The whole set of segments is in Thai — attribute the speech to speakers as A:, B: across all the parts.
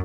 A: ก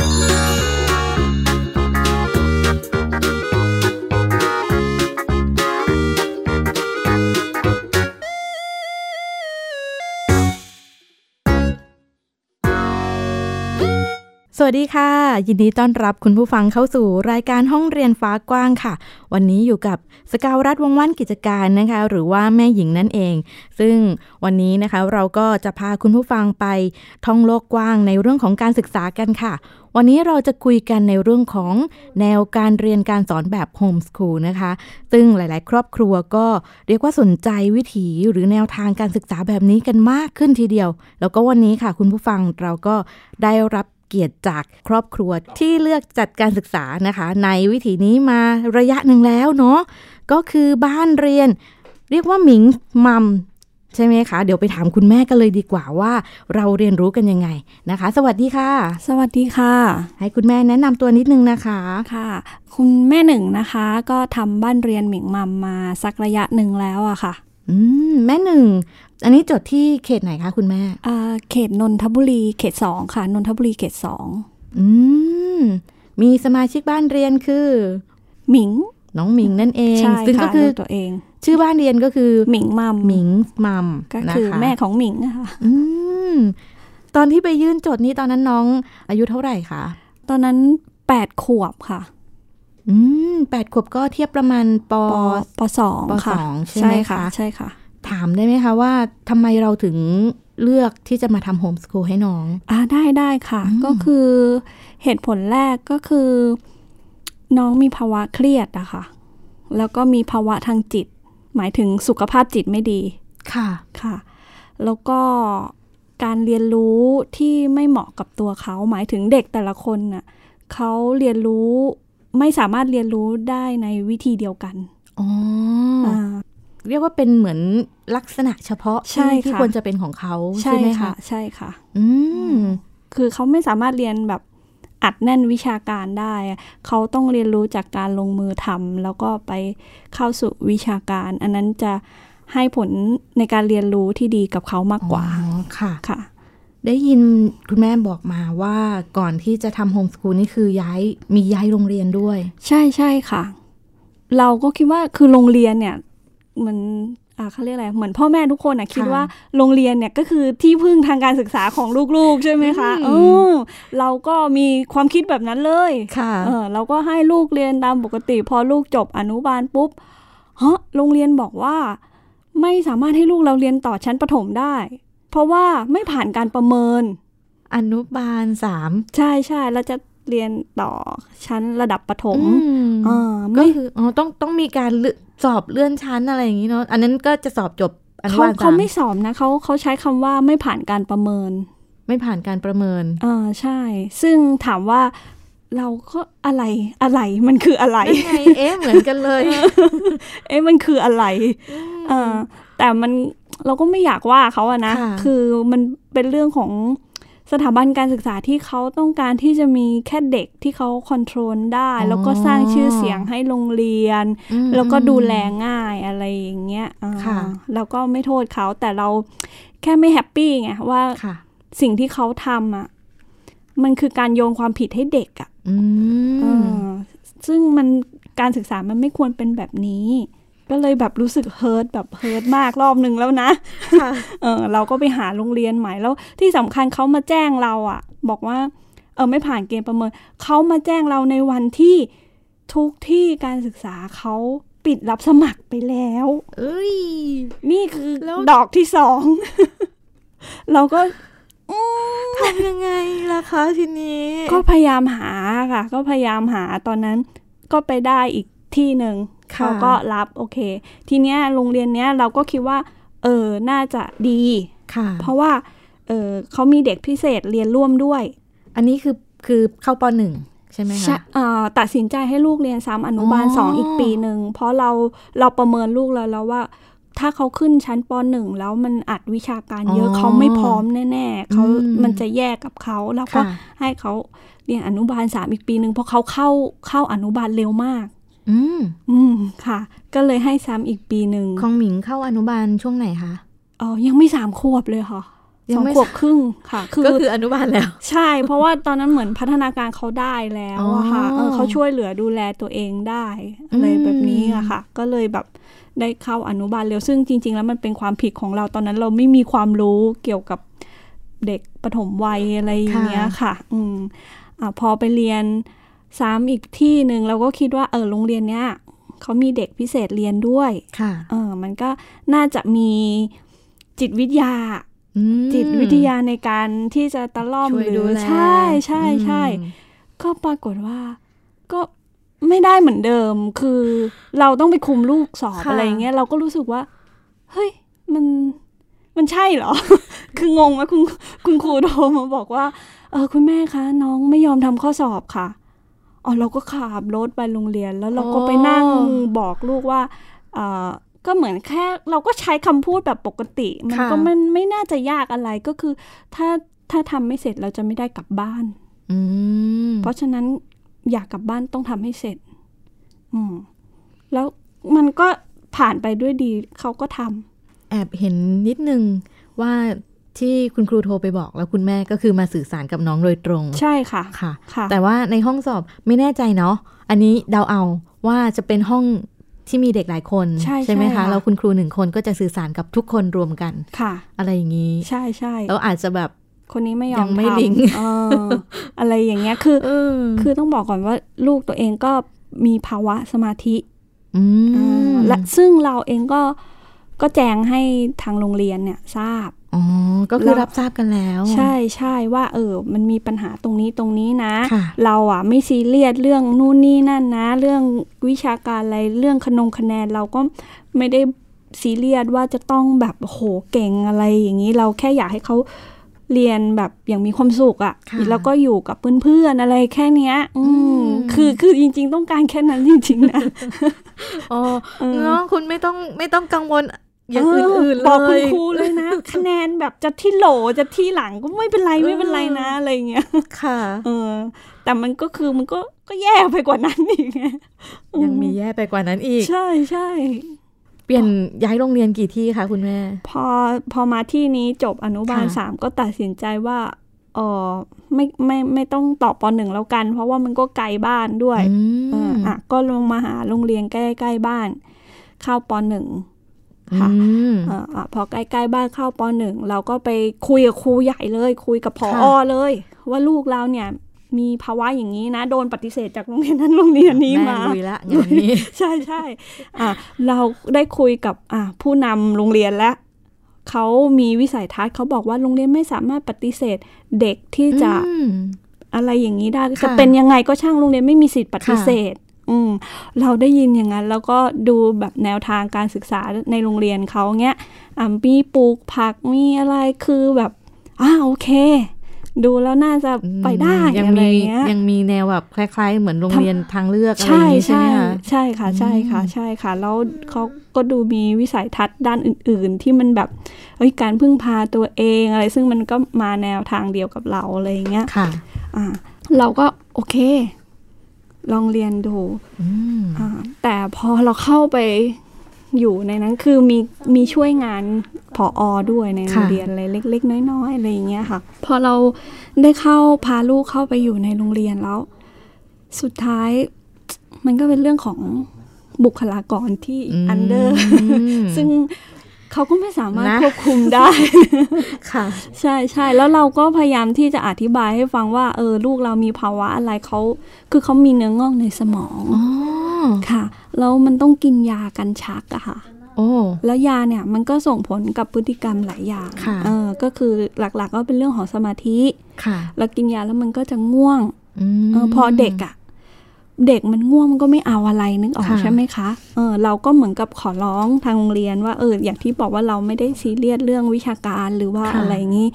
B: สวัสดีค่ะ ยินดีต้อนรับคุณผู้ฟังเข้าสู่รายการห้องเรียนฟ้ากว้างค่ะ วันนี้อยู่กับสกาวรัฐวงศ์ว่านกิจการนะคะ หรือว่าแม่หญิงนั่นเอง ซึ่งวันนี้นะคะเราก็จะพาคุณผู้ฟังไปท่องโลกกว้างในเรื่องของการศึกษากันค่ะ วันนี้เราจะคุยกันในเรื่องของแนวการเรียนการสอนแบบโฮมสคูลนะคะ ซึ่งหลาย ๆ ครอบครัวก็เรียกว่าสนใจวิถีหรือแนวทางการศึกษาแบบนี้กันมากขึ้นทีเดียว แล้วก็วันนี้ค่ะ คุณผู้ฟังเราก็ได้รับ เกียรติจากครอบครัวที่เลือกจัดการศึกษานะคะ ในวิถีนี้มาระยะหนึ่งแล้วเนาะก็คือบ้านเรียน เรียกว่าหมิงมัมใช่ไหมคะ เดี๋ยวไปถามคุณแม่กันเลยดีกว่าว่า เราเรียนรู้กันยังไงนะคะ สวัสดีค่ะ
C: สวัสดีค่ะ
B: ให้คุณแม่แนะนำตัวนิดนึงนะคะ
C: ค่ะ คุณแม่หนึ่งนะคะก็ทำบ้านเรียนหมิงมัมมาสักระยะหนึ่งแล้วอะค่ะ
B: อืมแม่หนึ่ง อันนี้จดที่เขตไหนคะคุณแม่
C: อ่าเขตนนทบุรีเขตสองค่ะนนทบุรีเขตสอง
B: อืมมีสมาชิกบ้านเรียนคือ
C: หมิง
B: น้องหมิงนั่นเอง
C: ใช่
B: ซึ่ง
C: ค่ะ
B: ก็คือ
C: เรียกตัวเอง
B: ชื่อบ้านเรียนก็คือ
C: หมิงมัม
B: หมิงมัม
C: ก็
B: นะ
C: คือ
B: คะ
C: แม่ของหมิงอะค่ะ
B: อืม ตอนที่ไปยื่นจดนี้ตอนนั้นน้องอายุเท่าไหร่คะ
C: ตอนนั้น 8 ขวบค่ะ
B: อืมแปดขวบก็เทียบประมาณป
C: ปปสอง
B: ป
C: ค่ะ
B: สองใช่ไหมคะ
C: ใช่ค่ะ
B: ถามได้ไหมคะว่าทำไมเราถึงเลือกที่จะมาทำโฮมส o ูลให้น้อง
C: อ่าได้ได้ค่ะ
B: อืม
C: ก็คือเหตุผลแรกก็คือ น้องมีภาวะเครียดอะค่ะ แล้วก็มีภาวะทางจิต หมายถึงสุขภาพจิตไม่ดี
B: ค่ะ
C: ค่ะ แล้วก็การเรียนรู้ที่ไม่เหมาะกับตัวเขาหมายถึงเด็กแต่ละคนน่ะเขาเรียนรู้ไม่สามารถเรียนรู้ได้ในวิธีเดียวกัน
B: อ๋อ
C: อ่า
B: เรียกว่าเป็นเหมือนลักษณะเฉพาะ
C: ใช่
B: ที่ที่
C: ค่ะ
B: ควรจะเป็นของเขาใช่ไหมคะ
C: ใช่ค่ะ
B: อืม
C: คือเขาไม่สามารถเรียนแบบอัดแน่นวิชาการได้อะเขาต้องเรียนรู้จากการลงมือทำแล้วก็ไปเข้าสู่วิชาการ อันนั้นจะให้ผลในการเรียนรู้ที่ดีกับเขามากกว่า
B: อ๋อ ค่ะ
C: ค่ะ
B: ได้ยินคุณแม่บอกมาว่าก่อนที่จะทำโฮมส o ูลนี่คือย้ายมีย้ายโรงเรียนด้วย
C: ใช่ใช่ค่ะ เราก็คิดว่าคือโรงเรียนเนี่ยมันอ่าเขาเรียกอะไรเหมือนพ่อแม่ทุกคนอ่ะคิดว่าโรงเรียนเนี่ยก็คือที่พึ่งทางการศึกษาของลูกๆ ใช่ไหมคะ
B: อืม
C: เออเราก็มีความคิดแบบนั้นเลย
B: ค่ะ
C: เออเราก็ให้ลูกเรียนตามปกติ พอลูกจบอนุบาลปุ๊บฮะโรงเรียนบอกว่า ไม่สามารถให้ลูกเราเรียนต่อชั้นประถมได้ เพราะว่าไม่ผ่านการประเมิน
B: อนุบาลสาม
C: ใช่ใช่เราจะเรียนต่อชั้นระดับประถม
B: อืม
C: เออ
B: ก็
C: ไม่
B: คืออ๋อต้องต้องมีการเลือกสอบเลื่อนชั้นอะไรอย่างนี้เนาะอันนั้นก็จะสอบจบอนุ
C: เขา
B: บาลสา
C: เขา
B: ม
C: ไม่สอบนะเขาเขาใช้คำว่าไม่ผ่านการประเมิน
B: ไม่ผ่านการประเมิน
C: อ่าใช่ ซึ่งถามว่าเราก็อะไรอะไรมันคืออะไร
B: นั่นไงเอ๊ะเหมือนกันเลย
C: เอ๊ะมันคืออะไรเออแต่มันเราก็ไม่อยากว่าเขาอะนะ
B: ค่ะ
C: คือมันเป็นเรื่องของสถาบันการศึกษาที่เขาต้องการที่จะมีแค่เด็กที่เขาคอนโทรลได้ แล้วก็สร้างชื่อเสียงให้โรง เรียน
B: อืม
C: แล้วก็ดูแลง่ายอะไรอย่างเงี้ยอ่า
B: ค่ะ
C: เราก็ไม่โทษเขาแต่เราแค่ไม่แฮปปี้ไงว่า
B: ค่ะ
C: สิ่งที่เขาทำอ่ะ มันคือการโยนความผิดให้เด็กอ่ะ
B: อื
C: เอ
B: ม
C: อซึ่งมันการศึกษามันไม่ควรเป็นแบบนี้ ก็เลยแบบรู้สึกเฮิร์ตแบบเฮิร์ตมากรอบหนึ่งแล้วนะ
B: ค่ะ
C: เออเราก็ไปหาโรงเรียนใหม่แล้วที่สำคัญเขามาแจ้งเราอ่ะ บอกว่า เออไม่ผ่านเกณฑ์ประเมินเขามาแจ้งเราในวันที่ทุกที่การศึกษาเขาปิดรับสมัครไปแล้ว
B: เอ้ย
C: นี่คือ
B: แล้ว
C: ดอกที่สอง เราก็
B: ทำยังไงล่ะคะทีนี้
C: ก็พยายามหาค่ะ ก็พยายามหาตอนนั้นก็ไปได้อีกที่หนึ่งเขาก็รับโอเค ทีเนี้ยโรงเรียนเนี้ยเราก็คิดว่า เออน่าจะดี
B: ค่ะ
C: เพราะว่าเออเขามีเด็กพิเศษเรียนร่วมด้วย
B: อันนี้คือคือเข้าปหนึ่งใช่ไหมคะ
C: เอ่อตัดสินใจให้ลูกเรียนซ้ำอนุบาล
B: อ๋อ
C: สองอีกปีหนึ่งเพราะเราเราประเมินลูกแล้วแล้วว่า ถ้าเขาขึ้นชั้นปหนึ่งแล้วมันอัดวิชาการเยอะเขาไม่พร้อมแน่ๆเขามันจะแย่กับเขาแล้วก็
B: ค่ะ
C: ให้เขาเรียนอนุบาลสามอีกปีหนึ่งเพราะเขาเข้าเข้าอนุบาลเร็วมาก
B: อืม
C: อืมค่ะ ก็เลยให้ซ้ำอีกปีหนึ่ง
B: ของหมิงเข้าอนุบาลช่วงไหนคะ
C: เออยังไม่สามขวบเลยค่ะ
B: ยั
C: สองง
B: ไม่
C: ขวบครึ่งค่ะ คือ
B: ก็คืออนุบาลแล้ว
C: ใช่ เพราะว่าตอนนั้นเหมือนพัฒนาการเขาได้แล้วอะค่ะ
B: อ๋อ
C: เออเขาช่วยเหลือดูแลตัวเองได้อะไร
B: อืม
C: แบบนี้อะค่ะ ก็เลยแบบได้เข้าอนุบาลเร็วซึ่งจริง ๆ แล้วมันเป็นความผิดของเราตอนนั้นเราไม่มีความรู้เกี่ยวกับเด็กปฐมวัยอะไรอย่างเงี้ยค่ะ อืมอ่ะพอไปเรียนซ้ำอีกที่หนึ่งเราก็คิดว่าเออโรงเรียนเนี้ยเขามีเด็กพิเศษเรียนด้วย
B: ค่ะ
C: เออมันก็น่าจะมีจิตวิทยา
B: อืม
C: จิตวิทยาในการที่จะตะล่อม
B: ช่วย
C: หรื
B: ดู
C: อ
B: แล
C: ใช่ใช่ใช่
B: อืม
C: ก็ปรากฏว่า ก็ไม่ได้เหมือนเดิม คือเราต้องไปคุมลูกสอบอะไรอย่างเงี้ยเราก็รู้สึกว่า เฮ้ย มันมันใช่เหรอ คืองงไหมคุณคุณครูโทรมาบอกว่า เออคุณแม่คะน้องไม่ยอมทำข้อสอบค่ะอ๋อเราก็ขับรถไปโรงเรียน แล้วเราก็ไปนั่งบอกลูกว่าเออก็เหมือนแค่เราก็ใช้คำพูดแบบปกติ มันก็มันไม่น่าจะยากอะไรก็คือ ถ้าถ้าทำไม่เสร็จเราจะไม่ได้กลับบ้าน
B: อืม
C: เพราะฉะนั้นอยากกลับบ้านต้องทำให้เสร็จ อืม แล้วมันก็ผ่านไปด้วยดีเขาก็ทำ
B: แอบเห็นนิดนึงว่าที่คุณครูโทรไปบอกแล้วคุณแม่ก็คือมาสื่อสารกับน้องโดยตรง
C: ใช่ค่ะ
B: ค่ะ
C: ค่ะ
B: แต่ว่าในห้องสอบไม่แน่ใจเนาะ อันนี้เดาเอาว่าจะเป็นห้องที่มีเด็กหลายคน
C: ใช่
B: ไหม
C: ใช่
B: คะ
C: ค่ะ
B: แล้วคุณครูหนึ่งคนก็จะสื่อสารกับทุกคนรวมกัน
C: ค่ะ
B: อะไรอย่างนี้
C: ใช่ใช่
B: แล้วอาจจะแบบ
C: คนนี้ไม่ยอ
B: ยั
C: ม
B: งไม่
C: ทำ
B: ลิงก์
C: เอออะไรอย่างเงี้ย คือ
B: เออ
C: คือต้องบอกก่อนว่าลูกตัวเองก็มีภาวะสมาธิ
B: อืม
C: และซึ่งเราเองก็ ก็แจ้งให้ทางโรงเรียนเนี่ยทราบ
B: อ๋อ ก็คือ
C: แล้ว
B: รับทราบกันแล้ว
C: ใช่ใช่ว่า เออ มันมีปัญหาตรงนี้ตรงนี้นะ
B: ค่ะ
C: เราอ่ะไม่ซีเรียสเรื่องนู่นนี่นั่นนะ เรื่องวิชาการอะไรเรื่องขนงคะแนนเราก็ไม่ได้ซีเรียสว่าจะต้องแบบโอ้โหเก่งอะไรอย่างนี้เราแค่อยากให้เขาเรียนแบบอย่างมีความสุขอะ่ะ
B: ค่ะ
C: แล้วก็อยู่กับเพื่อนๆอะไรแค่เนี้ย อื
B: อื
C: ม
B: ม
C: คือคือจริง ๆ ต้องการแค่นั้นจริงๆนะ
B: อ๋อ
C: เออ
B: เนาะคุณไม่ต้องไม่ต้องกังวลอย่างอื่นๆ
C: บอก
B: เล
C: คุณ
B: ย
C: ครูเลยนะ คะแนนแบบจะที่โหลจะที่หลังก็ไม่เป็นไรไม่เป็นไรนะอะไรอย่างเงี้ย
B: ค่ะ
C: เออ แต่มันก็คือมันก็ก็แย่ไปกว่านั้นอีกไงอื
B: ยังมีแย่ไปกว่านั้นอีก
C: ใช่ใช่
B: เปลี่ยนย้ายโรงเรียนกี่ที่คะคุณแม่
C: พอพอมาที่นี้จบอนุบาล
B: ค่ะ
C: สามก็ตัดสินใจว่าเออไม่ไม่ไม่ต้องต่อปหนึ่งแล้วกัน เพราะว่ามันก็ไกลบ้านด้วย
B: อื
C: เออ
B: ม
C: อ่ะก็ลงมาหาโรงเรียนใกล้ใกล้ๆบ้าน เข้าปหนึ่ง ค่ะ
B: อืม
C: เอออ่ะพอใกล้ๆบ้านเข้าปหนึ่งเราก็ไปคุยกับครูใหญ่เลย คุยกับพอ
B: ค่ะ
C: เลย ว่าลูกเราเนี่ย มีภาวะอย่างนี้นะ โดนปฏิเสธจากโรงเรียนนั้นโรงเรียนนี้มา
B: แม่ลุยละงานนี้
C: ใช่ใช่อ่ะเราได้คุยกับอ่ะผู้นำโรงเรียนแล้วเขามีวิสัยทัศน์เขาบอกว่าโรงเรียนไม่สามารถปฏิเสธเด็กที่จะ
B: อืม
C: อะไรอย่างนี้ได้
B: ค่ะ
C: จะเป็นยังไงก็ช่างโรงเรียนไม่มีสิทธิ์ปฏิเสธ อืมเราได้ยินอย่างนั้น แล้วก็ดูแบบแนวทางการศึกษาในโรงเรียนเขาเนี้ยอ่ะมีปลูกผักมีอะไรคือแบบอ่าโอเค ดูแล้วน่าจะไปได้
B: อืมยัง
C: อะไร
B: มี
C: เงี้ย
B: ยังมีแนวแบบคล้าย ๆ เหมือนโรงเรียนทางเลือกอะไรอ
C: ใช่
B: ย่างนี้ใช่ไหมคะ
C: ใช่ใช่ค่ะใช่ค่ะใช่ค่ะแล้วเขาก็ดูมีวิสัยทัศน์ด้านอื่น ๆ ที่มันแบบเอ้ยการพึ่งพาตัวเองอะไรซึ่งมันก็มาแนวทางเดียวกับเราอะไรอย่างเงี้ย
B: ค่ะ
C: อ่าเราก็โอเค ลองเรียนดู
B: อืม
C: อ่าแต่พอเราเข้าไปอยู่ในนั้นคือมีมีช่วยงานผออด้วยในโรงเรียนอะไรเล็ก ๆ น้อยๆอะไรอย่างเงี้ยค่ะ พอเราได้เข้าพาลูกเข้าไปอยู่ในโรงเรียนแล้ว สุดท้าย มันก็เป็นเรื่องของบุคลากรที่อันเด อร์
B: ม
C: ซึ่งเขาก็ไม่สามารถ
B: นะ
C: ควบคุมได้
B: ค่ะ
C: ใช่ใช่แล้วเราก็พยายามที่จะอธิบายให้ฟังว่า เออ ลูกเรามีภาวะอะไรเขาคือเขามีเนื้องอกในสมอง
B: อ๋อ
C: ค่ะแล้วมันต้องกินยากันชักอะค่ะ
B: โอ้
C: แล้วยาเนี่ยมันก็ส่งผลกับพฤติกรรมหลายอย่าง
B: ค่ะ
C: เออก็คือหลักๆก็เป็นเรื่องของสมาธิ
B: ค่ะ
C: แล้วกินยาแล้วมันก็จะง่วง
B: ม
C: เออพอเด็กอะ่ะ เด็กมันง่วงมันก็ไม่เอาอะไรนึกออก
B: ค่ะ
C: ใช่ไหมคะเออเราก็เหมือนกับขอร้องทางโรงเรียนว่าเอออย่างที่บอกว่าเราไม่ได้ซีเรียสเรื่องวิชาการหรือว่าอะไรอย่างนี้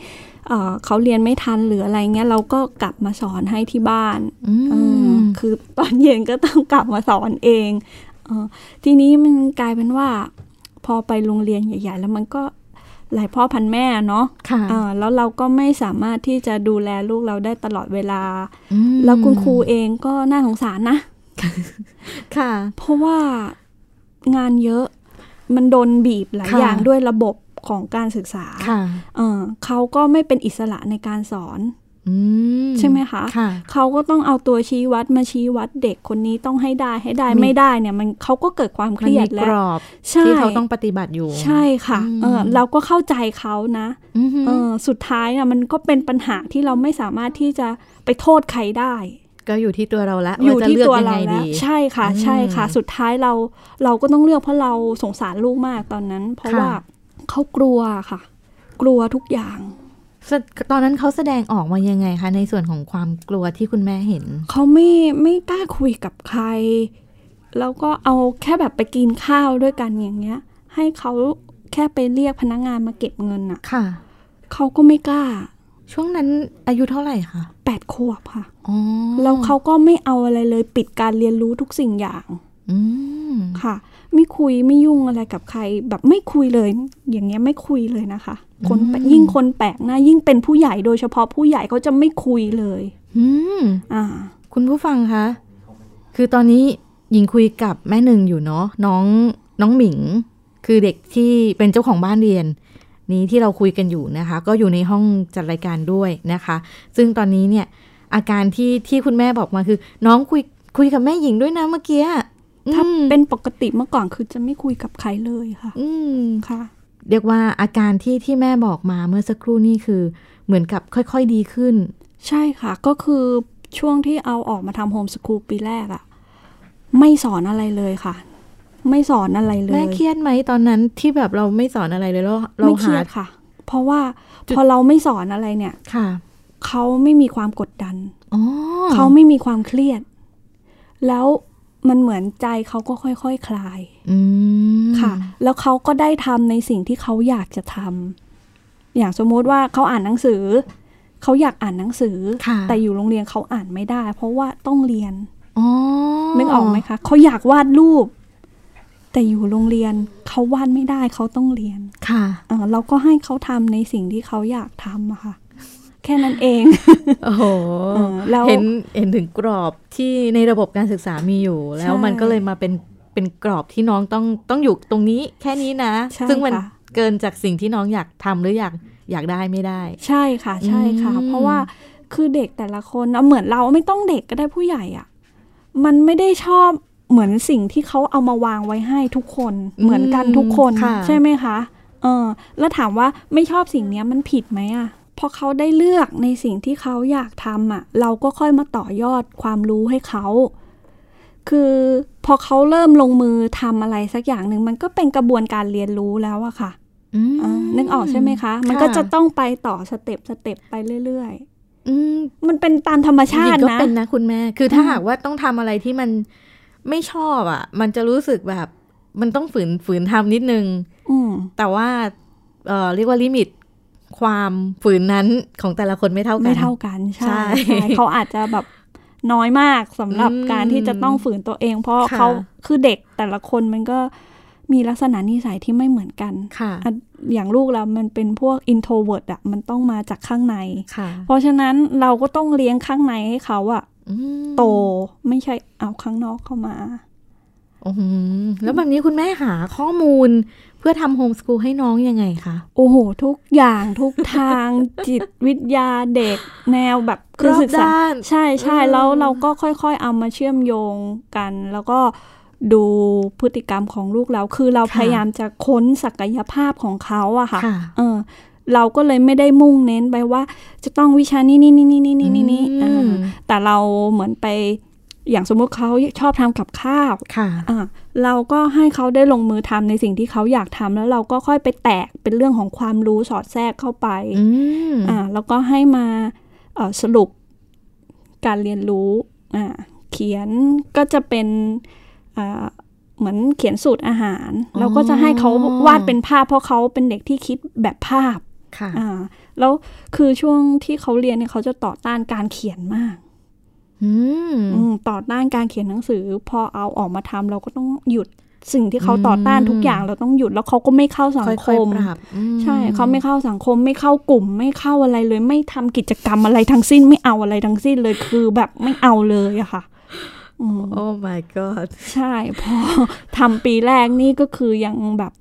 C: เออเขาเรียนไม่ทันหรืออะไรเงี้ยเราก็กลับมาสอนให้ที่บ้าน
B: อื
C: เออ
B: ม
C: คือตอนเย็นก็ต้องกลับมาสอนเองเออทีนี้มันกลายเป็นว่า พอไปโรงเรียนใหญ่ ๆ แล้วมันก็หลายพ่อพันแม่เนาะ
B: ค่ะ
C: เออแล้วเราก็ไม่สามารถที่จะดูแลลูกเราได้ตลอดเวลา
B: ม
C: แล้วคุณครูเองก็น่าสงสารนะ
B: ค่ะ
C: เพราะว่างานเยอะมันโดนบีบหลาย
B: ค่ะ
C: อย่างด้วยระบบ ของการศึกษา
B: ค่ะ
C: เอ่อเขาก็ไม่เป็นอิสระในการสอน
B: อืม
C: ใช่ไหมคะ
B: ค่ะ
C: เขาก็ต้องเอาตัวชี้วัดมาชี้วัดเด็กคนนี้ต้องให้ได้ให้ได้
B: มี
C: ไม่ได้เนี่ยมันเขาก็เกิดความเค
B: มัน
C: รีย
B: มี
C: ดแล้
B: กร
C: ว
B: อบ
C: ใช่
B: ที่เขาต้องปฏิบัติอยู่
C: ใช่ค่ะ
B: อืม
C: เออเราก็เข้าใจเขานะ
B: อือหือ
C: เออสุดท้ายอะมันก็เป็นปัญหาที่เราไม่สามารถที่จะไปโทษใครได้
B: ก็อยู่ที่ตัวเราละ
C: อยู่
B: าจะ
C: ที่
B: ลืก
C: ตัว
B: ยัง
C: เรา
B: ไง
C: แล้
B: ดี
C: วใช่ค่ะ
B: อืม
C: ใช่ค่ะ สุดท้ายเราเราก็ต้องเลือกเพราะเราสงสารลูกมากตอนนั้น เพราะ
B: ค่ะ
C: ว่าเขากลัวค่ะ กลัวทุกอย่าง
B: สดตอนนั้นเขาแสดงออกมายังไงคะ ในส่วนของความกลัวที่คุณแม่เห็น
C: เขาไม่ไม่กล้าคุยกับใคร แล้วก็เอาแค่แบบไปกินข้าวด้วยกันอย่างเงี้ย ให้เขาแค่ไปเรียกพนักงานมาเก็บเงินน่ะ
B: ค่ะ
C: เขาก็ไม่กล้า
B: ช่วงนั้นอายุเท่าไหร่คะ
C: แปดขวบค่ะ
B: อ๋อ
C: แล้วเขาก็ไม่เอาอะไรเลยปิดการเรียนรู้ทุกสิ่งอย่าง
B: อืม
C: ค่ะ ไม่คุยไม่ยุ่งอะไรกับใคร แบบไม่คุยเลย อย่างเงี้ยไม่คุยเลยนะคะ คนแปลกยิ่งคนแปลกหน้ายิ่งเป็นผู้ใหญ่โดยเฉพาะผู้ใหญ่เขาจะไม่คุยเลย
B: อืม
C: อ่า
B: คุณผู้ฟังคะ คือตอนนี้หญิงคุยกับแม่หนึ่งอยู่เนาะน้องน้องหมิง คือเด็กที่เป็นเจ้าของบ้านเรียน นี้ที่เราคุยกันอยู่นะคะ ก็อยู่ในห้องจัดรายการด้วยนะคะ ซึ่งตอนนี้เนี่ยอาการที่ที่คุณแม่บอกมาคือ น้องคุยคุยกับแม่หญิงด้วยนะเมื่อกี้
C: ถ้า
B: อืม
C: เป็นปกติเมื่อก่อนคือจะไม่คุยกับใครเลยค่ะ
B: อืม
C: ค่ะ
B: เรียกว่าอาการที่ที่แม่บอกมาเมื่อสักครู่นี่คือ เหมือนกับค่อยๆดีขึ้น
C: ใช่ค่ะก็คือช่วงที่เอาออกมาทำโฮมส o ูลปีแรกอะไม่สอนอะไรเลยค่ะ ไม่สอนอะไรเลย
B: แม่เครียดไหมตอนนั้นที่แบบเราไม่สอนอะไรเลยแล้วเรา
C: ไม่เค
B: หา
C: รียดค่ะ เพราะว่าพอเราไม่สอนอะไรเนี่ย
B: ค่ะ
C: เขาไม่มีความกดดัน
B: อ๋อ
C: เขาไม่มีความเครียด แล้วมันเหมือนใจเขาก็ค่อยๆคลาย
B: อืม
C: ค่ะ แล้วเขาก็ได้ทำในสิ่งที่เขาอยากจะทำอย่างสมมุติว่าเขาอ่านหนังสือ เขาอยากอ่านหนังสือ
B: ค่ะ
C: แต่อยู่โรงเรียนเขาอ่านไม่ได้ เพราะว่าต้องเรียน
B: อ๋อ
C: นึกออกไหมคะเขาอยากวาดรูป แต่อยู่โรงเรียนเขาวาดไม่ได้เขาต้องเรียน
B: ค่ะ
C: เออเราก็ให้เขาทำในสิ่งที่เขาอยากทำอะค่ะ แค่นั้นเอง
B: โอ้โห
C: เออแล้ว
B: เห็นเห็นถึงกรอบที่ในระบบการศึกษามีอยู่ แล้วมันก็เลยมาเป็นเป็นกรอบที่น้องต้องต้องอยู่ตรงนี้ แค่นี้นะ
C: ใช่
B: ซึ่งมัน
C: ค่ะ
B: เกินจากสิ่งที่น้องอยากทำหรืออยากอยากได้ไม่ได้
C: ใช่ค่ะ ใช่ค่ะ
B: อืม
C: เพราะว่าคือเด็กแต่ละคนเอาเหมือนเราไม่ต้องเด็กก็ได้ผู้ใหญ่อะมันไม่ได้ชอบเหมือนสิ่งที่เขาเอามาวางไว้ให้ทุกคน เหมือนกันทุกคน
B: ค่ะ
C: ใช่ไหมคะเออแล้วถามว่าไม่ชอบสิ่งเนี้ยมันผิดไหมอะพอเขาได้เลือกในสิ่งที่เขาอยากทำอะเราก็ค่อยมาต่อยอดความรู้ให้เขา คือพอเขาเริ่มลงมือทำอะไรสักอย่างหนึ่งมันก็เป็นกระบวนการเรียนรู้แล้วอะค่ะ
B: อืม
C: อ่านึกออกใช่ไหมคะ มัน
B: ค่ะ
C: ก็จะต้องไปต่อสเต็ปสเต็ปไปเรื่อย
B: อืม
C: ๆ มันเป็นตามธรรมชา
B: หญิ
C: ติ
B: งก็
C: นะ
B: เป็นนะคุณแม่ คือถ้า
C: อืม
B: หากว่าต้องทำอะไรที่มันไม่ชอบอ่ะ มันจะรู้สึกแบบ มันต้องฝืนฝืนทำนิดนึง
C: อืม
B: แต่ว่าเอ่อเรียกว่าลิมิตความฝืนนั้นของแต่ละคนไม่เท่ากัน
C: ไม่เท่ากันใช่
B: ใช่
C: ใช่เขาอาจจะแบบน้อยมากสำหรับ
B: อืม
C: การที่จะต้องฝืนตัวเอง เพราะ
B: ค่ะ
C: เขาคือเด็กแต่ละคนมันก็มีลักษณะนิสัยที่ไม่เหมือนกัน
B: ค่ะ
C: อ่ะอย่างลูกเรามันเป็นพวก introvert อะมันต้องมาจากข้างใน
B: ค่ะ
C: เพราะฉะนั้นเราก็ต้องเลี้ยงข้างในให้เขาอะ
B: อืม
C: โตไม่ใช่เอาข้างนอกเข้ามา
B: อื้อหือแล้วแบบนี้คุณแม่หาข้อมูลเพื่อทำโฮมสกูลให้น้องยังไงคะ
C: โอ้โห ทุกอย่างทุกทาง จิตวิทยาเด็กแนวแบบคือศึก
B: อบ
C: ษาร
B: ด้าน
C: ใช่ใช่
B: อืม
C: แล้วเราก็ค่อยๆ เอามาเชื่อมโยงกัน แล้วก็ดูพฤติกรรมของลูกเรา คือเราพยายามจะค้นศักยภาพของเขาอะค่ะ เออ เราก็เลยไม่ได้มุ่งเน้นไปว่า จะต้องวิชานี่นี่นี่นี่นี่นี่นี่
B: อื
C: อ่าม แต่เราเหมือนไปอย่างสมมุติเขาชอบทำกับข้าว
B: ค่ะ
C: อ่ะเราก็ให้เขาได้ลงมือทำในสิ่งที่เขาอยากทำแล้วเราก็ค่อยไปแตกเป็นเรื่องของความรู้สอดแทรกเข้าไป
B: อืม
C: อ่าแล้วก็ให้มาเอ่อสรุปการเรียนรู้อ่าเขียนก็จะเป็นอ่าเหมือนเขียนสูตรอาหารเราก็จะให้เขาวาดเป็นภาพเพราะเขาเป็นเด็กที่คิดแบบภาพ
B: ค่ะ
C: อ่าแล้วคือช่วงที่เขาเรียนเนี่ยเขาจะต่อต้านการเขียนมาก
B: อืม
C: อืมต่อต้านการเขียนหนังสือ พอเอาออกมาทำเราก็ต้องหยุดสิ่งที่เขา
B: อืม
C: ต่อต้านทุกอย่างเราต้องหยุดแล้วเขาก็ไม่เข้าสัง
B: ค่อย
C: ค
B: ๆ
C: ม
B: ปรับอืม
C: ใช่เขาไม่เข้าสังคมไม่เข้ากลุ่ม ไม่เข้าอะไรเลย ไม่ทำกิจกรรมอะไรทั้งสิ้นไม่เอาอะไรทั้งสิ้นเลยคือแบบไม่เอาเลยอะค่ะอืม
B: โอ้ my god
C: ใช่ พอทำปีแรกนี่ก็คือยังแบบ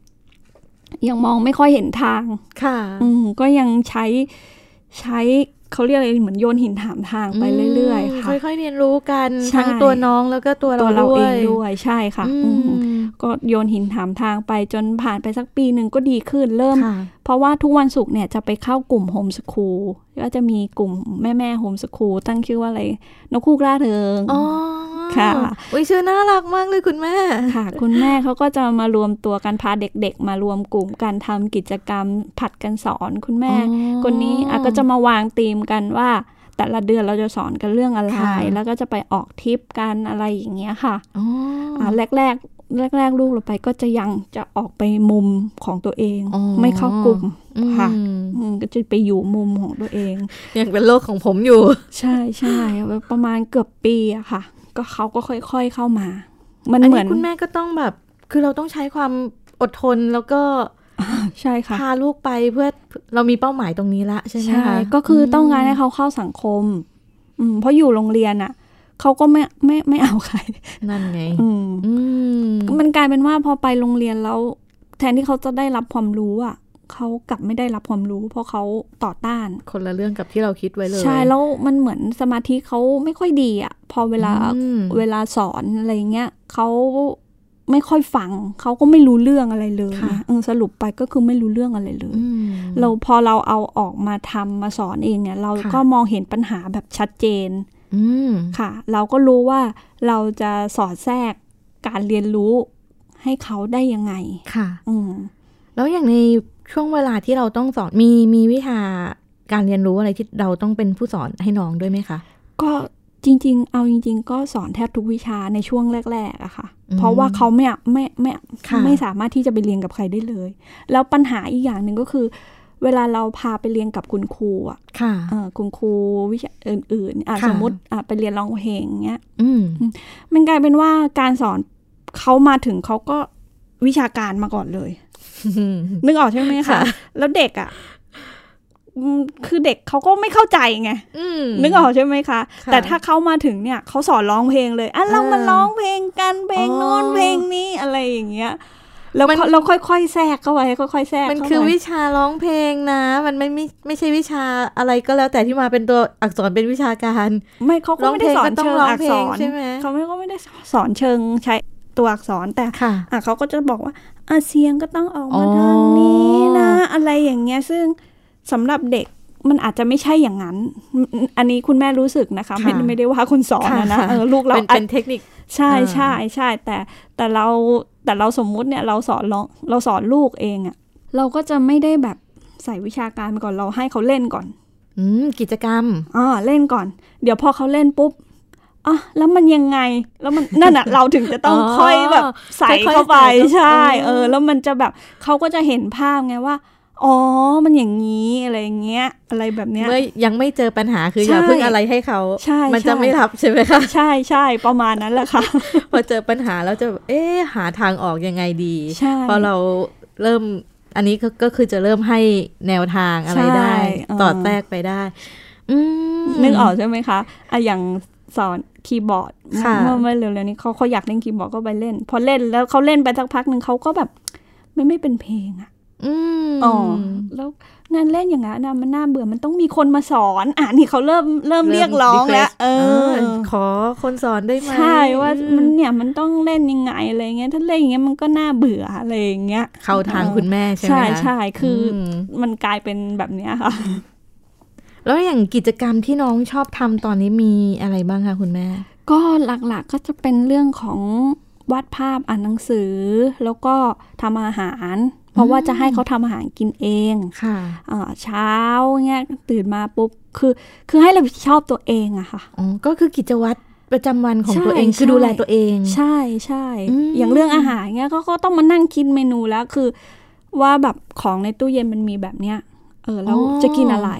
C: ยังมองไม่ค่อยเห็นทาง
B: ค่ะ
C: อืมก็ยังใช้ใช้เขาเรียกอะไรเหมือนโยนหินถามทางไปเรื่อยๆค่ะ
B: ค่อยๆเรียนรู้กัน
C: ใช่
B: ทั้งตัวน้องแล้วก็ตัว
C: ตัวเรา
B: เรา
C: เอ
B: ด้ว
C: ง
B: ย
C: ด้วยใช่ค่ะ
B: อื
C: อืม
B: ม
C: ก็โยนหินถามทางไปจนผ่านไปสักปีหนึ่งก็ดีขึ้นเริ่ม
B: ค่ะ
C: เพราะว่าทุกวันศุกร์เนี่ยจะไปเข้ากลุ่มโฮมส o ูลก็จะมีกลุ่มแม่แม่โฮมส o ูลตั้งชื่อว่าอะไรนกคู่ร่าเริง
B: อ๋อ
C: ค่ะ
B: อุ้ยชื่อน่ารักมากเลยคุณแม่
C: ค่ะ คุณแม่เขาก็จะมารวมตัวกันพาเด็กๆ มารวมกลุ่มกันทำกิจกรรมผัดกันสอนคุณแม่
B: อ๋อ
C: คนนี้อ่ะก็จะมาวางธีมกันว่า แต่ละเดือนเราจะสอนกันเรื่องอะไร
B: ค่ะ
C: แล้วก็จะไปออกทริปกันอะไรอย่างเงี้ยค่ะ
B: อ๋ออ
C: อ่ะแรกแรกแรกแรกๆลูกเราไปก็จะยังจะออกไปมุมของตัวเอง
B: อ๋อ
C: ไม่เข้ากลุ่ม ค่ะ
B: อืม
C: อืมก็จะไปอยู่มุมของตัวเอง
B: ยังเป็นโลกของผมอยู่
C: ใช่ใช่ประมาณเกือบปีอะค่ะ ก็เขาก็ค่อยๆเข้ามา มัน
B: อัน
C: เหมื
B: นี้
C: อน
B: คุณแม่ก็ต้องแบบ คือเราต้องใช้ความอดทนแล้วก็
C: ใช่ค่ะ
B: พาลูกไปเพื่อเรามีเป้าหมายตรงนี้ละใช่ไหม
C: ใช่
B: คะ
C: ก็คือต้องการให้เขาเข้าสังคม อืมเพราะอยู่โรงเรียนอะเขาก็ไม่ไม่ไม่เอาใคร
B: นั่นไง
C: อืม
B: อืม
C: มันกลายเป็นว่าพอไปโรงเรียนแล้ว แทนที่เขาจะได้รับความรู้อะเขากลับไม่ได้รับความรู้ เพราะเขาต่อต้าน
B: คนละเรื่องกับที่เราคิดไว้เลย
C: ใช่แล้วมันเหมือนสมาธิเขาไม่ค่อยดีอะพอเวลา
B: อืม
C: เวลาสอนอะไรเงี้ยเขาไม่ค่อยฟังเขาก็ไม่รู้เรื่องอะไรเลย
B: ค่ะ
C: เออสรุปไปก็คือไม่รู้เรื่องอะไรเลย
B: อืม
C: เราพอเราเอาออกมาทำมาสอนเองเนี่ย เรา
B: ค่ะ
C: ก็มองเห็นปัญหาแบบชัดเจน
B: อืม
C: ค่ะ เราก็รู้ว่าเราจะสอดแทรกการเรียนรู้ให้เขาได้ยังไง
B: ค่ะ
C: อืม
B: แล้วอย่างในช่วงเวลาที่เราต้องสอนมีมีวิชาการเรียนรู้อะไรที่เราต้องเป็นผู้สอนให้น้องด้วยไหมคะ
C: ก็จริง ๆ เอาจริง ๆ ก็สอนแทบทุกวิชาในช่วงแรกๆอะค่ะ
B: อืม
C: เพราะว่าเขาไม่ไม่ไม่
B: ค่ะ
C: ไม่สามารถที่จะไปเรียนกับใครได้เลย แล้วปัญหาอีกอย่างหนึ่งก็คือ เวลาเราพาไปเรียนกับคุณครูอะ
B: ค่ะ
C: เอ่อคุณครูวิชาอื่นๆอ่ะ
B: ค่ะ
C: สมมติอ่ะไปเรียนร้องเพลงเงี้ย
B: อื ม
C: มันกลายเป็นว่าการสอนเขามาถึงเขาก็วิชาการมาก่อนเลย นึกออกใช่ไหมคะ
B: ค่ะ
C: แล้วเด็กอะอืมคือเด็กเขาก็ไม่เข้าใจไง
B: อืม
C: นึกออกใช่ไหมคะ
B: ค่ะ
C: แต่ถ้าเขามาถึงเนี่ยเขาสอนร้องเพลงเลยอ่ะเรา
B: อ่า
C: มาร้องเพลงกันเพลงโน้น
B: อ๋อ
C: เพลงนี้อะไรอย่างเงี้ย แล้ว
B: มัน
C: เขาเราค่อยๆแทรกเข้าไปค่อยๆแทรก
B: มัน
C: เข้าไป
B: คือวิชาร้องเพลงนะ มันไม่ไม่ไม่ใช่วิชาอะไรก็แล้วแต่ที่มาเป็นตัวอักษรเป็นวิชาการ
C: ไม่เขาก็ไม่ได้สอน
B: ร้องเพลงก็ต้อง
C: เชิง
B: ร้อง
C: อัก
B: เพล
C: ษ
B: ง
C: ร
B: ใช่ไหม
C: เขาไม่ก็ไม่ได้สอนเชิงใช้ตัวอักษรแต่
B: ค่ะ
C: อ่ะเขาก็จะบอกว่าอาเสียงก็ต้องออกมา
B: อ๋อ
C: ทางนี้นะ อะไรอย่างเงี้ยซึ่งสำหรับเด็กมันอาจจะไม่ใช่อย่างนั้นอืมอันนี้คุณแม่รู้สึกนะคะ ไม่ไม่ได้ว่าคนสอนนะนะเออลูกเรา
B: เป็น
C: อาจ
B: เป็นเทคนิค
C: ใช่
B: อ่า
C: ใช่ใช่แต่แต่เราแต่เราสมมุติเนี่ยเราสอนเราเราสอนลูกเองอะเราก็จะไม่ได้แบบใส่วิชาการไปก่อนเราให้เขาเล่นก่อน
B: อืมกิจกรรม
C: อ๋อเล่นก่อน เดี๋ยวพอเขาเล่นปุ๊บอ๋อแล้วมันยังไงแล้วมันนั่นอะเราถึงจะต้อง
B: อ๋อ
C: ค่อยแบบ ใส่เข้าไป
B: ค่อยๆใส่เข้าไป
C: ใช่
B: เออ
C: เออ แล้วมันจะแบบเขาก็จะเห็นภาพไงว่า อ๋อ มันอย่างนี้อะไรอย่างเงี้ย อะไรแบบเนี้ย
B: เมื่อยังไม่เจอปัญหาคือ
C: ใช่
B: อย่าเพิ่งอะไรให้เขา
C: ใช่
B: มันจะ
C: ใช่
B: ไม่รับใช่ไหมคะ
C: ใช่ใช่ประมาณนั้นแหละค่ะ
B: พอเจอปัญหาแล้วจะแบบเอ๊ะหาทางออกยังไงดี
C: ใช่
B: พอเราเริ่มอันนี้ก็ก็คือจะเริ่มให้แนวทางอะไรได้
C: ใช่เออ
B: ต่อแทรกไปได้ อืม
C: นึกออกใช่ไหมคะอะอย่างสอนคีย์บอร์ดเมื่
B: ค่ะ
C: อเมื่อเมื่อเร็วๆนี้เขาเขาอยากเล่นคีย์บอร์ดก็ไปเล่น พอเล่นแล้วเขาเล่นไปสักพักหนึ่งเขาก็แบบมันไม่เป็นเพลงอะ
B: อืม
C: อ๋ออแล้วงานเล่นอย่างนั้นนะมันน่าเบื่อมันต้องมีคนมาสอน อ่านี่เขาเริ่มเริ่มเรียกร้องแล้ว
B: request
C: เออ
B: ขอคนสอนได้ไหม
C: ใช่ว่า
B: อื
C: มันเนี่ยมันต้องเล่นยังไงอะไรเงี้ยถ้าเล่นอย่างเงี้ยมันก็น่าเบื่ออะไรอย่างเงี้ย
B: เข้าทาง
C: เออ
B: คุณแม่ใช่ไหม
C: ใช่
B: คะ
C: ใช่คืออ
B: ม
C: มันกลายเป็นแบบเนี้ยค่ะ
B: แล้วอย่างกิจกรรมที่น้องชอบทำตอนนี้มีอะไรบ้างคะคุณแม่
C: ก็หลักๆก็จะเป็นเรื่องของวาดภาพอ่านหนังสือ แล้วก็ทำอาหาร เพราะว่าจะให้เขาทำอาหารกินเอง
B: ค่ะ
C: อ่าเช้าเงี้ยตื่นมาปุ๊บคือ คือให้รับผิดชอบตัวเองอะค่ะ
B: อ๋อ ก็คือกิจวัตรประจำวันของ
C: ใช่
B: ตัวเองคือ
C: ใช่
B: ดูแลตัวเอง
C: ใช่ใช่
B: อืม
C: อย่างเรื่องอาหารเงี้ยก็ก็ต้องมานั่งคิดเมนูแล้วคือ ว่าแบบของในตู้เย็นมันมีแบบเนี้ยเออแล้วจะกินอะไร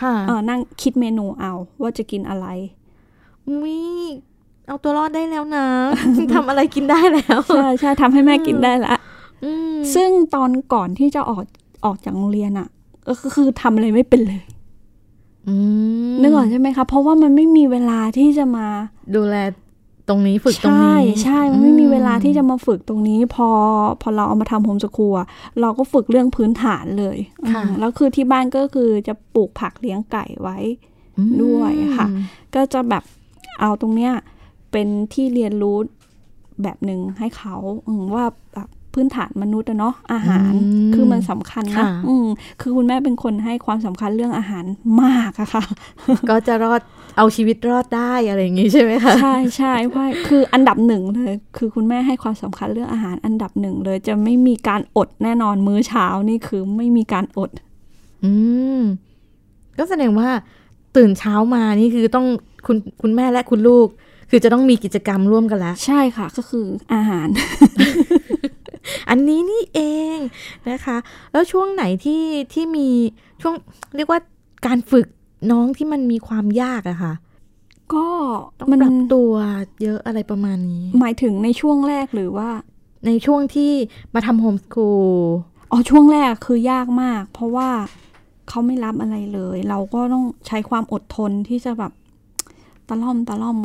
B: ค่ะ
C: เออนั่งคิดเมนูเอาว่าจะกิน อะไร
B: วิเอาตัวรอดได้แล้วนะ ทำอะไรกินได้แล้ว
C: ใช่ใช่ทำให้แม่กินได้ละ
B: อืม
C: ซึ่งตอนก่อนที่จะออกออกจากโรงเรียนอะ่ะก็คือคือทำอะไรไม่เป็นเลย
B: อืม
C: นึกออกใช่ไหมคะเพราะว่ามันไม่มีเวลาที่จะมา
B: ดูแล ตรงนี้ฝึกตรงนี้
C: ใช่ใช่มันไม่มีเวลาที่จะ
B: อืม
C: มาฝึกตรงนี้ พอพอเราเอามาทำโฮมสคูลอะเราก็ฝึกเรื่องพื้นฐานเลย
B: ค่ะ
C: อืมแล้วคือที่บ้านก็คือจะปลูกผักเลี้ยงไก่ไว้ ด้วยค่ะ ก็จะแบบเอาตรงเนี้ยเป็นที่เรียนรู้แบบหนึ่งให้เขาอืมว่าแบบพื้นฐานมนุษย์อะเนาะอาหาร
B: อืม
C: คือมันสำคัญนะ
B: ค่ะ
C: อืมคือคุณแม่เป็นคนให้ความสำคัญเรื่องอาหารมากอะค่ะ
B: ก็จะรอดเอาชีวิตรอดได้อะไรอย่างงี้ใช่ไหมคะ
C: ใช่ใช่เพราะคืออันดับหนึ่งเลยคือคุณแม่ให้ความสำคัญเรื่องอาหารอันดับหนึ่งเลย จะไม่มีการอดแน่นอนมื้อเช้านี่คือไม่มีการอด
B: อืมก็แสดงว่าตื่นเช้ามานี่คือต้องคุณคุณแม่และคุณลูก คือจะต้องมีกิจกรรมร่วมกันแล้ว
C: ใช่ค่ะก็คืออาหาร
B: อันนี้นี่เองนะคะ แล้วช่วงไหนที่ที่มีช่วงเรียกว่าการฝึกน้องที่มันมีความยากอะค่ะ
C: ก็
B: ต้องปรับตัวเยอะอะไรประมาณนี้
C: หมายถึงในช่วงแรกหรือว่า
B: ในช่วงที่มาทำโฮมสคูล
C: อ๋อช่วงแรกคือยากมาก เพราะว่าเขาไม่รับอะไรเลย เราก็ต้องใช้ความอดทนที่จะแบบตะล่อมตะล่อม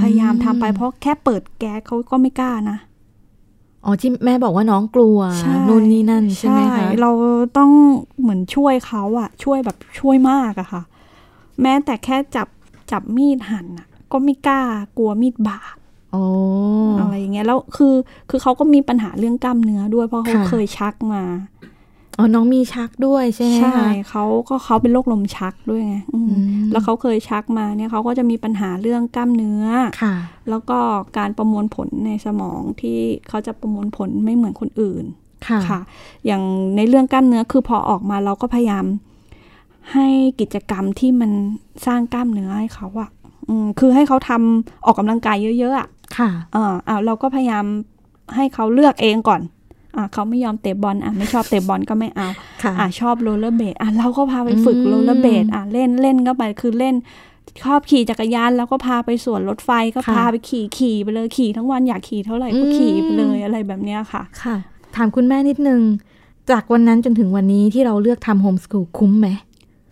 C: พยายามทำไปเพราะแค่เปิดแก๊สเขาก็ไม่กล้านะ
B: อ๋อที่แม่บอกว่าน้องกลัวนู่นนี่นั่นใช่ไหมคะ
C: เราต้องเหมือนช่วยเขาอะช่วยแบบช่วยมากอะค่ะ แม้แต่แค่จับจับมีดหั่นอะก็ไม่กล้ากลัวมีดบาด
B: อ๋อ
C: อะไรอย่างเงี้ยแล้วคือคือเขาก็มีปัญหาเรื่องกล้ามเนื้อด้วยเพราะเขา
B: ค่ะ
C: เคยชักมา
B: อ๋อน้องมีชักด้วยใช่ไหมคะ
C: เขาก็เขาเป็นโรคลมชักด้วยไงอืม
B: อืม
C: แล้วเขาเคยชักมาเนี่ยเขาก็จะมีปัญหาเรื่องกล้ามเนื้อ
B: ค่ะ
C: แล้วก็การประมวลผลในสมองที่เขาจะประมวลผลไม่เหมือนคนอื่น
B: ค่ะ
C: ค่ะ อย่างในเรื่องกล้ามเนื้อคือพอออกมาเราก็พยายามให้กิจกรรมที่มันสร้างกล้ามเนื้อให้เขาอะอืมคือให้เขาทำออกกำลังกายเยอะๆอะ
B: ค่ะ
C: อ่าอ่าเราก็พยายามให้เขาเลือกเองก่อน อ่าเขาไม่ยอมเตะบอล อ่าไม่ชอบเตะบอลก็ไม่เอา
B: ค่ะ
C: อ่าชอบโรลเลอร์เบดอ่าเราก็พาไปฝึก
B: อืม
C: โรลเลอร์เบดอ่าเล่นเล่นก็ไปคือเล่น ชอบขี่จักรยานแล้วก็พาไปสวนรถไฟก็พาไปขี่ขี่ไปเลยขี่ทั้งวันอยากขี่เท่าไหร่ก็ขี่ไปเลยอะไรแบบเนี้ยค่ะ
B: ค่ะ ถามคุณแม่นิดนึง จากวันนั้นจนถึงวันนี้ที่เราเลือกทำโฮมสคูลคุ้มไหม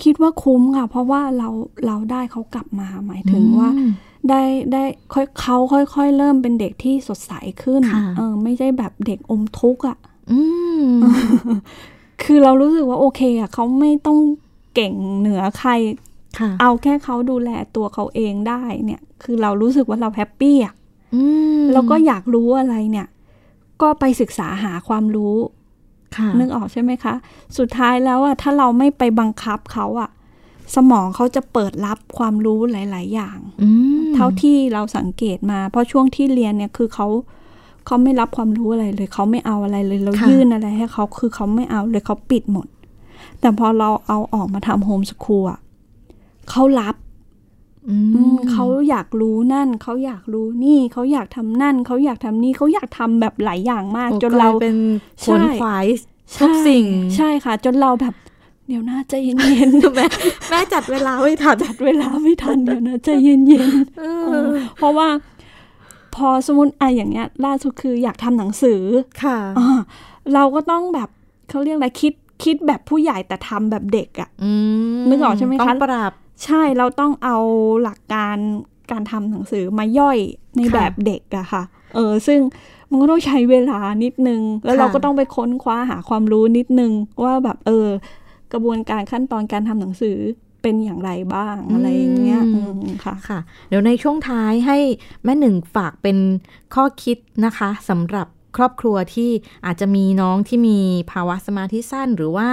C: คิดว่าคุ้มค่ะ เพราะว่าเราเราได้เขากลับมาหมายถึงว่า
B: อืม
C: ได้ได้ค่อยเขาค่อย ๆ เริ่มเป็นเด็กที่สดใสขึ้น
B: ค่ะ
C: เออไม่ใช่แบบเด็กอมทุกข์อ่ะ
B: อืม
C: คือเรารู้สึกว่าโอเคอะเขาไม่ต้องเก่งเหนือใคร
B: ค่ะ
C: เอาแค่เขาดูแลตัวเขาเองได้เนี่ย คือเรารู้สึกว่าเราแฮปปี้อะ
B: อืม
C: แล้วก็อยากรู้อะไรเนี่ย ก็ไปศึกษาหาความรู้
B: ค่ะ
C: นึกออกใช่ไหมคะ สุดท้ายแล้วอะถ้าเราไม่ไปบังคับเขาอะสมองเขาจะเปิดรับความรู้หลาย ๆ อย่าง
B: อืม
C: เท่าที่เราสังเกตมา เพราะช่วงที่เรียนเนี่ยคือเขาเขาไม่รับความรู้อะไรเลย เขาไม่เอาอะไรเลยเรายื่นอะไรให้เขาคือเขาไม่เอาเลยเขาปิดหมด แต่พอเราเอาออกมาทำโฮมสคูลอะเขารับ
B: อืม
C: อืมเขาอยากรู้นั่น เขาอยากรู้นี่เขาอยากทำนั่น เขาอยากทำนี่เขาอยากทำแบบหลายอย่างมาก
B: โอ้
C: จนเรา
B: กลยเป็นข
C: ใช่
B: นขวาย ทุกสิ่ง
C: ใช่ค่ะ จนเราแบบ เดี๋ยวนะใจเย็น
B: แม่แม่จัดเวลาไว้ทัน
C: ๆจัดเวลาไม่ทันเดี๋ ยวนะใจเย็นๆ
B: เอ
C: เอ
B: อ
C: อเพราะว่าพอสมมติอะอย่างเงี้ย ล่าสุดคืออยากทำหนังสือ
B: ค่ะ
C: อ่าเราก็ต้องแบบเขาเรียกอะไรคิดคิดแบบผู้ใหญ่แต่ทำแบบเด็กอะ
B: อืม
C: นึกออกใช่ไหมคะ
B: ต้องปรับ
C: ใช่เราต้องเอาหลักการการทำหนังสือมาย่อยใน
B: ค่ะ
C: แบบเด็กอะค่ะเออซึ่งมันก็ต้องใช้เวลานิดนึง แล้ว
B: ค่ะ
C: เราก็ต้องไปค้นคว้าหาความรู้นิดนึง ว่าแบบเออ กระบวนการขั้นตอนการทำหนังสือเป็นอย่างไรบ้างอะไรอย่างเงี้ยอืมค่ะ
B: ค่ะ เดี๋ยวในช่วงท้ายให้แม่หนึ่งฝากเป็นข้อคิดนะคะสำหรับครอบครัวที่อาจจะมีน้องที่มีภาวะสมาธิสั้น หรือว่า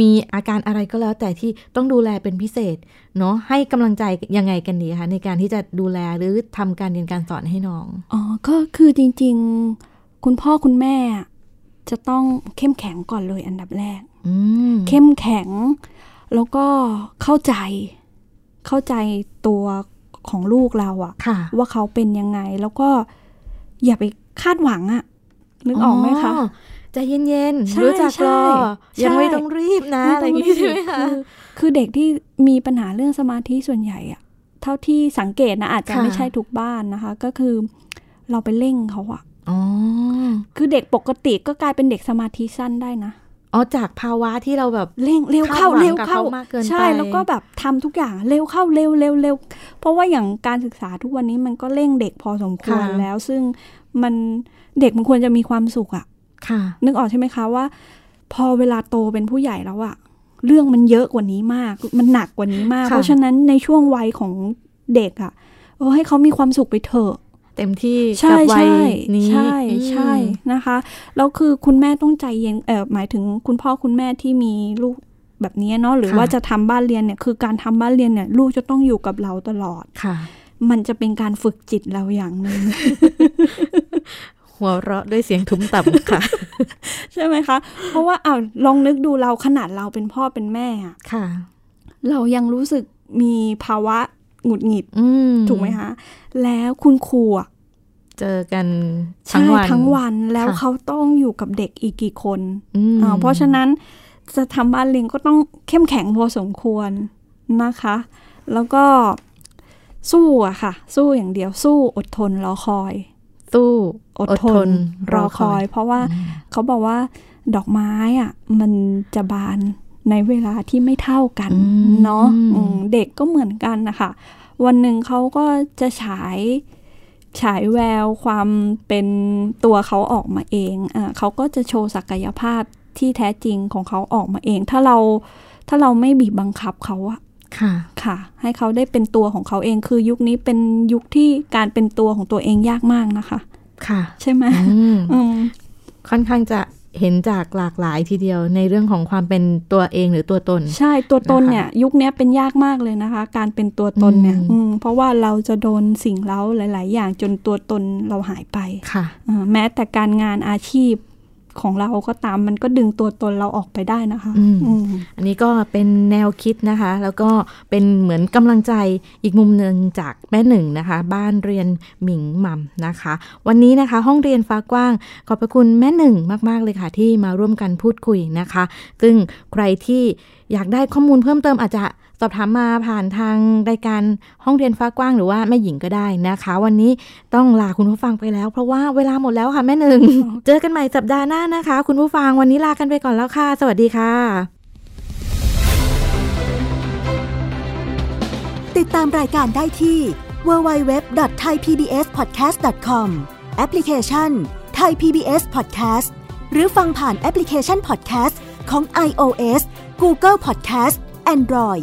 B: มีอาการอะไรก็แล้วแต่ที่ต้องดูแลเป็นพิเศษเนาะให้กำลังใจยังไงกันดีคะในการที่จะดูแลหรือทำการเรียนการสอนให้น้อง
C: อ๋อ ก็คือจริงๆ คุณพ่อคุณแม่อะจะต้องเข้มแข็งก่อนเลยอันดับแรก
B: อืม
C: เข้มแข็ง แล้วก็เข้าใจ เข้าใจตัวของลูกเราอะ
B: ค่ะ
C: ว่าเขาเป็นยังไง แล้วก็อย่าไปคาดหวังอะนึกออกไหมคะ
B: อ๋อใจเย็น
C: ใช่
B: ๆรู้จักรอ
C: ใช่
B: ยังไม่
C: ใช่
B: ต้องรีบนะ
C: ม่
B: อะไรอ
C: ต้อย่าง รี
B: งี้
C: บ
B: ใช่ไหมคะ
C: อคือเด็กที่มีปัญหาเรื่องสมาธิส่วนใหญ่อะเท่าที่สังเกตนะอาจจะ
B: ค่ะ
C: ไม่ใช่ทุกบ้านนะคะ ก็คือเราไปเร่งเขาอะ
B: อ๋อ
C: คือเด็กปกติก็กลายเป็นเด็กสมาธิสั้นได้นะ
B: อ๋อจากภาวะที่เราแบบ
C: เร่งเร็วเข้า
B: คาดหวัง
C: เร็ว
B: กับ
C: เข้า
B: เขามากเกิน
C: ใช่
B: ไป
C: แล้วก็แบบทำทุกอย่างเร็วเข้าเร็วเร็วเร็วเพราะว่าอย่างการศึกษาทุกวันนี้มันก็เร่งเด็กพอสมควรแล้ว ซึ่งมันเด็กมันควรจะมีความสุขอะ
B: ค่ะ
C: นึกออกใช่ไหมคะว่า พอเวลาโตเป็นผู้ใหญ่แล้วอะเรื่องมันเยอะกว่านี้มาก มันหนักกว่านี้มาก
B: ค่ะ
C: เพราะฉะนั้นในช่วงวัยของเด็กอะเออให้เขามีความสุขไปเถอะ
B: เต็มที่
C: ใช่
B: กับวัย
C: ใช่
B: นี้
C: ใช่
B: อืม
C: ใช่นะคะแล้วคือคุณแม่ต้องใจเย็นเออหมายถึงคุณพ่อคุณแม่ที่มีลูกแบบนี้เนาะหรือ
B: ค่ะ
C: ว่าจะทำบ้านเรียนเนี่ยคือการทำบ้านเรียนเนี่ยลูกจะต้องอยู่กับเราตลอด
B: ค่ะ
C: มันจะเป็นการฝึกจิตเราอย่างหนึ่ง
B: หัวเราะด้วยเสียงทุ้มต่ำค่ะ
C: ใช่ไหมคะเพราะว่าเอาวลองนึกดูเราขนาดเราเป็นพ่อเป็นแม่อะ
B: ค่ะ
C: เรายังรู้สึกมีภาวะหงุดหงิด
B: อืม
C: ถูกไหมคะ แล้วคุณครูอะ
B: เจอกัน
C: ใช่
B: วัน
C: ทั้งวันแล้ว
B: ค่ะ
C: เขาต้องอยู่กับเด็กอีกกี่คน
B: อืม
C: อ่าเพราะฉะนั้นจะทำบ้านเลี้ยงก็ต้องเข้มแข็งพอสมควรนะคะ แล้วก็สู้อะค่ะ สู้อย่างเดียวสู้อดทนรอคอย
B: สู้
C: อดทน รอคอย เพราะว่าเขาบอกว่าดอกไม้อะมันจะบานในเวลาที่ไม่เท่ากัน
B: อืม
C: เนาะอืมเด็กก็เหมือนกันนะคะวันหนึ่งเขาก็จะฉายฉายแววความเป็นตัวเขาออกมาเองอ่าเขาก็จะโชว์ศักยภาพที่แท้จริงของเขาออกมาเอง ถ้าเราถ้าเราไม่บีบบังคับเขาอะ
B: ค่ะ
C: ค่ะ ให้เขาได้เป็นตัวของเขาเองคือยุคนี้เป็นยุคที่การเป็นตัวของตัวเองยากมากนะคะ
B: ค่ะ
C: ใช่ไหม
B: อืม
C: อืม
B: ค่อนข้างจะเห็นจากหลากหลายทีเดียวในเรื่องของความเป็นตัวเองหรือตัวตน
C: ใช่ตัวตน
B: นะคะ
C: เนี่ย ยุคเนี้ยเป็นยากมากเลยนะคะ การเป็นตัวตนเนี่ย
B: อืม
C: อืมเพราะว่าเราจะโดนสิ่งเร้าหลาย ๆ อย่างจนตัวตนเราหายไป
B: ค่ะ
C: อ่าแม้แต่การงานอาชีพของเราก็ตามมันก็ดึงตัวตนเราออกไปได้นะคะ
B: อืม
C: อืม
B: อันนี้ก็เป็นแนวคิดนะคะ แล้วก็เป็นเหมือนกำลังใจอีกมุมหนึ่งจากแม่หนึ่งนะคะ บ้านเรียนหมิงหมัมนะคะ วันนี้นะคะ ห้องเรียนฟ้ากว้าง ขอบพระคุณแม่หนึ่งมาก ๆ เลยค่ะ ที่มาร่วมกันพูดคุยนะคะ ซึ่งใครที่อยากได้ข้อมูลเพิ่มเติมอาจจะสอบถามมาผ่านทางรายการห้องเรียนฟ้ากว้างหรือว่าแม่หญิงก็ได้นะคะ วันนี้ต้องลาคุณผู้ฟังไปแล้ว เพราะว่าเวลาหมดแล้วค่ะแม่หนึ่ง เจอกันใหม่สัปดาห์หน้านะคะ คุณผู้ฟังวันนี้ลากันไปก่อนแล้วค่ะ สวัสดีค่ะ
A: ติดตามรายการได้ที่ www.thaipbspodcast.com แอปพลิเคชัน Thai PBS Podcast หรือฟังผ่านแอปพลิเคชัน Podcast ของ iOS Google Podcast Android